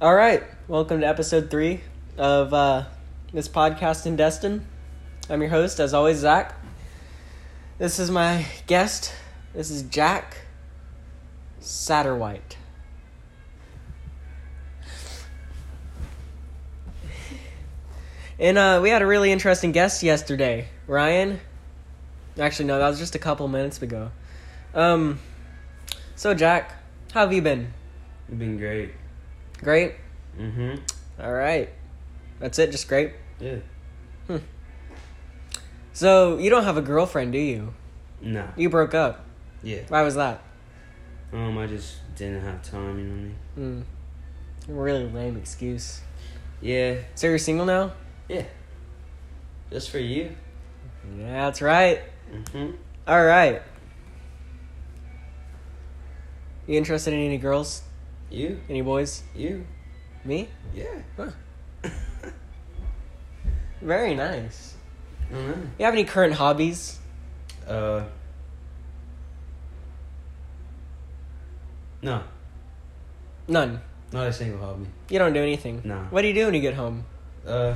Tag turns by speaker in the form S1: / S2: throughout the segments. S1: All right, welcome to episode three of uh, this podcast in Destin. I'm your host, as always, Zach. This is my guest. This is Jack Satterwhite. And uh, we had a really interesting guest yesterday, Ryan. Actually, no, that was just a couple minutes ago. Um, so Jack, how have you been?
S2: You've been great.
S1: Great.
S2: Mm-hmm.
S1: All right, that's it. Just great.
S2: Yeah.
S1: So you don't have a girlfriend, do you?
S2: Nah.
S1: You broke up.
S2: Yeah.
S1: Why was that?
S2: Um, I just didn't have time, you know what I mean?
S1: Hmm. Really lame excuse.
S2: Yeah.
S1: So you're single now?
S2: Yeah. Just for you.
S1: Yeah, that's right.
S2: Mm-hmm.
S1: All right. You interested in any girls?
S2: You?
S1: Any boys?
S2: You?
S1: Me?
S2: Yeah.
S1: Huh. Very nice.
S2: I don't
S1: You have any current hobbies?
S2: know. Uh. No.
S1: None.
S2: Not a single hobby.
S1: You don't do anything.
S2: No.
S1: What do you do when you get home?
S2: Uh.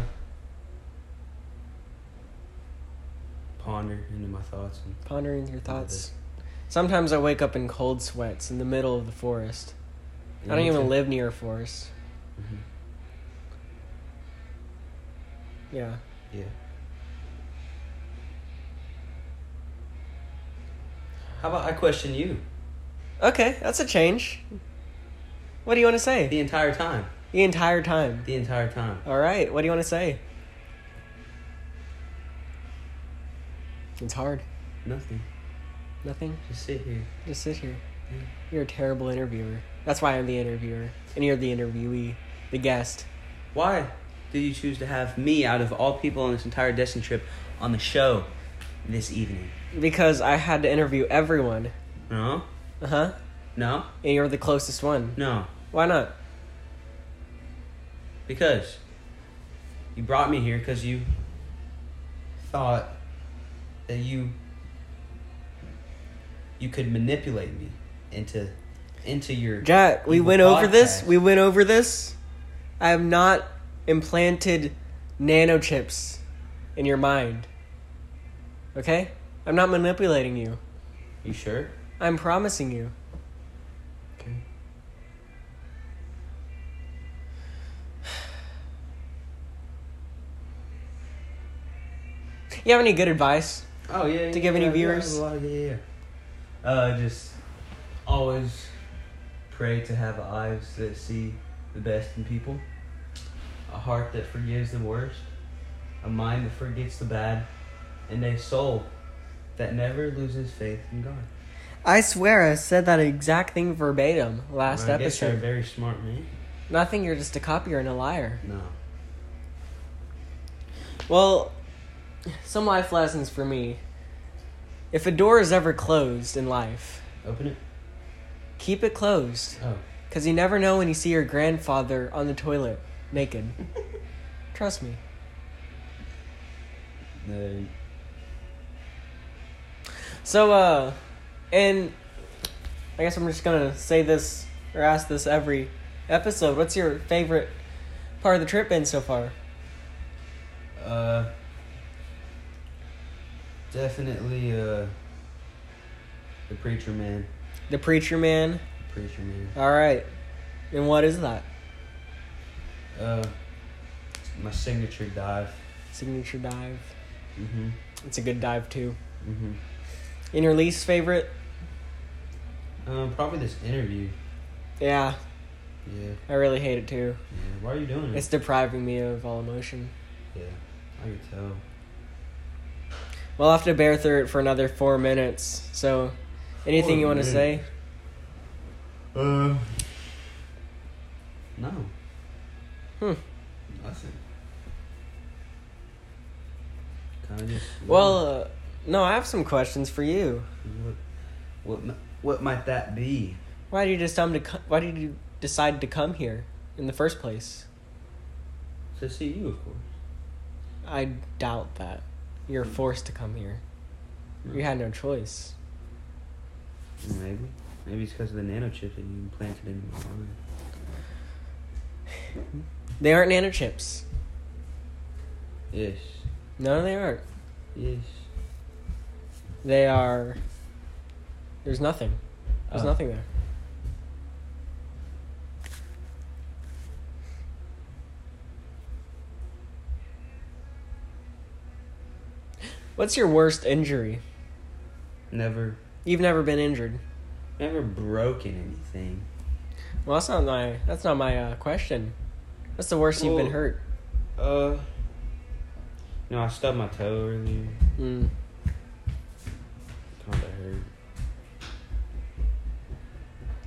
S2: Ponder into my thoughts and
S1: Pondering your thoughts. Sometimes I wake up in cold sweats in the middle of the forest. I don't even live near a forest.
S2: Mhm.
S1: Yeah.
S2: Yeah. How about I question you
S1: Okay, that's a change. What do you want to say?
S2: the entire time?
S1: The entire time.
S2: The entire time.
S1: All right, what do you want to say? It's hard.
S2: Nothing.
S1: Nothing.
S2: Just sit here.
S1: Just sit here. You're a terrible interviewer. That's why I'm the interviewer. And you're the interviewee, the guest.
S2: Why did you choose to have me out of all people on this entire Destin trip on the show this evening?
S1: Because I had to interview everyone.
S2: No?
S1: Uh huh.
S2: No?
S1: And you're the closest one.
S2: No.
S1: Why not?
S2: Because you brought me here because you thought that you you could manipulate me into into your
S1: Jack, we
S2: Evil
S1: went over this.
S2: podcast.
S1: We went over this. I have not implanted nanochips in your mind. Okay? I'm not manipulating you.
S2: You sure?
S1: I'm promising you.
S2: Okay.
S1: You have any good advice?
S2: Oh yeah.
S1: To give any
S2: yeah, yeah,
S1: viewers?
S2: a lot of- yeah, yeah. Uh, just always pray to have eyes that see the best in people, a heart that forgives the worst, a mind that forgets the bad, and a soul that never loses faith in God.
S1: I swear I said that exact thing verbatim last
S2: I guess you're a
S1: episode.
S2: very smart man.
S1: Nothing, you're just a copier and a liar.
S2: No.
S1: Well, some life lessons for me. If a door is ever closed in life,
S2: Open it.
S1: keep it closed.
S2: Oh.
S1: Because you never know when you see your grandfather on the toilet, naked. Trust me.
S2: The
S1: So, uh, and I guess I'm just gonna say this or ask this every episode. What's your favorite part of the trip been so far?
S2: Uh, definitely uh, the preacher man.
S1: The Preacher Man.
S2: The preacher man.
S1: Alright. And what is that?
S2: Uh, my signature dive.
S1: Signature dive.
S2: Mhm.
S1: It's a good dive, too.
S2: Mhm.
S1: And your least favorite?
S2: Um, probably this interview.
S1: Yeah,
S2: Yeah.
S1: I really hate it, too.
S2: Yeah. Why are you doing it?
S1: It's depriving me of all emotion.
S2: yeah. I can tell.
S1: We'll have to bear through it for another four minutes. So, anything
S2: Four
S1: you want to say?
S2: minutes. Uh. No.
S1: Hmm.
S2: Nothing. Kind of just.
S1: Well, uh, no, I have some questions for you.
S2: What, what, mi- what might that be?
S1: Why did you just come to? co- Why did you decide to come here in the first place?
S2: To see you, of course.
S1: I doubt that. You're forced to come here. You had no choice.
S2: Maybe. Maybe it's because of the nanochip that you implanted in my mind.
S1: They aren't nano chips.
S2: Yes.
S1: No, they aren't.
S2: Yes.
S1: They are. There's nothing. There's
S2: Oh.
S1: nothing there. What's your worst injury?
S2: Never,
S1: You've never been injured.
S2: never broken anything.
S1: Well, that's not my. That's not my uh, question. What's the worst you've been
S2: Well-
S1: hurt?
S2: Uh. No, I stubbed my toe earlier.
S1: Mm.
S2: Kinda hurt.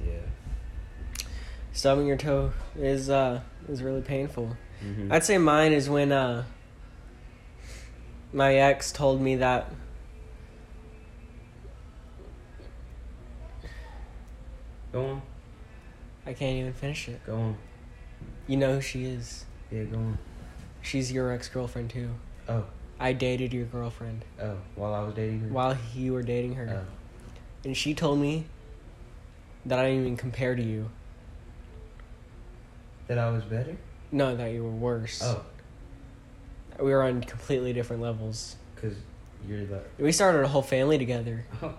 S2: Yeah.
S1: Stubbing your toe is uh is really painful.
S2: Mm-hmm.
S1: I'd say mine is when uh my ex told me that
S2: go on.
S1: I can't even finish it.
S2: Go on.
S1: You know who she is.
S2: Yeah, go on.
S1: She's your ex girlfriend too.
S2: Oh,
S1: I dated your girlfriend
S2: oh. While I was dating her.
S1: while you were dating her.
S2: Oh.
S1: And she told me that I didn't even compare to you.
S2: That I was better.
S1: No, that you were worse.
S2: Oh,
S1: We were on completely different levels.
S2: cause you're the.
S1: We started a whole family together.
S2: Oh.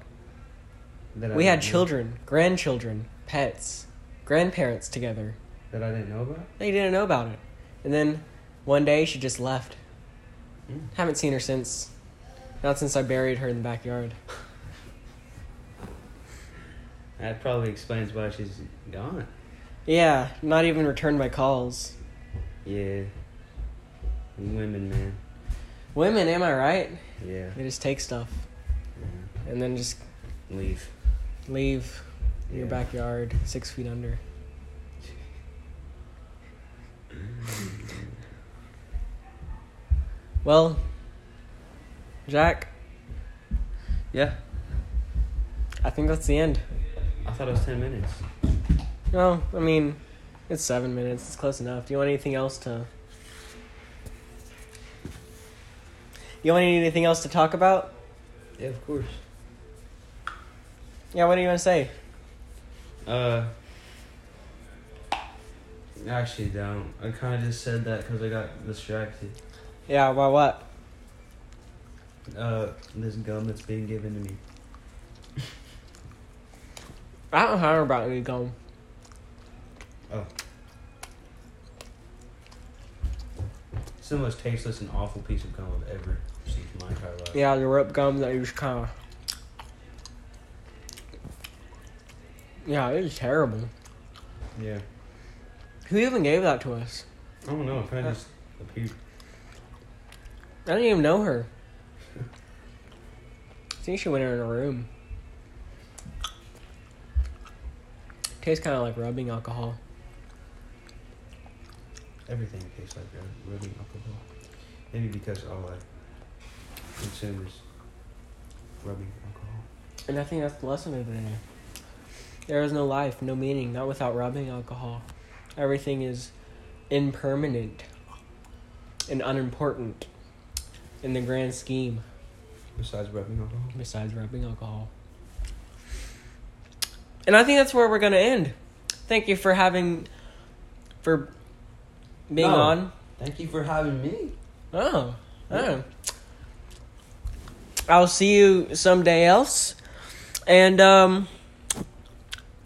S2: That I
S1: we had
S2: didn't know-
S1: children, grandchildren, pets, grandparents together.
S2: that I didn't know about.
S1: They didn't know about it. And then one day she just left.
S2: Mm.
S1: Haven't seen her since. Not since I buried her in the backyard.
S2: That probably explains why she's gone.
S1: Yeah, not even returned my calls.
S2: Yeah. Women, man.
S1: Women, am I right?
S2: Yeah.
S1: They just take stuff
S2: yeah.
S1: and then just
S2: Leave.
S1: leave your
S2: Yeah.
S1: backyard six feet under. Well, Jack,
S2: Yeah.
S1: I think that's the end.
S2: I thought it was ten minutes.
S1: No, I mean, it's seven minutes. It's close enough. Do you want anything else to? You want anything else to talk about?
S2: Yeah, of course.
S1: Yeah. What do you want to say?
S2: Uh. I Actually, don't. I kind of just said that because I got distracted.
S1: Yeah. Why? What?
S2: Uh, this gum that's being given to me.
S1: I don't know about any gum.
S2: It's the most tasteless and awful piece of gum I've ever seen in my entire life.
S1: Yeah, the rope gum that you just kind of. Yeah, it was terrible.
S2: Yeah.
S1: Who even gave that to us?
S2: I don't know. It kind
S1: Uh,
S2: of just appeared.
S1: I didn't even know her. I think she went in her room. Tastes kind of like rubbing alcohol.
S2: Everything tastes like uh, rubbing alcohol. Maybe because all I consume is rubbing alcohol.
S1: And I think that's the lesson of the day. There is no life, no meaning, not without rubbing alcohol. Everything is impermanent and unimportant in the grand scheme,
S2: Besides rubbing alcohol.
S1: besides rubbing alcohol. And I think that's where we're going to end. Thank you for having, for being
S2: No.
S1: on.
S2: Thank you for having me.
S1: Oh, oh. I'll see you someday else. And um,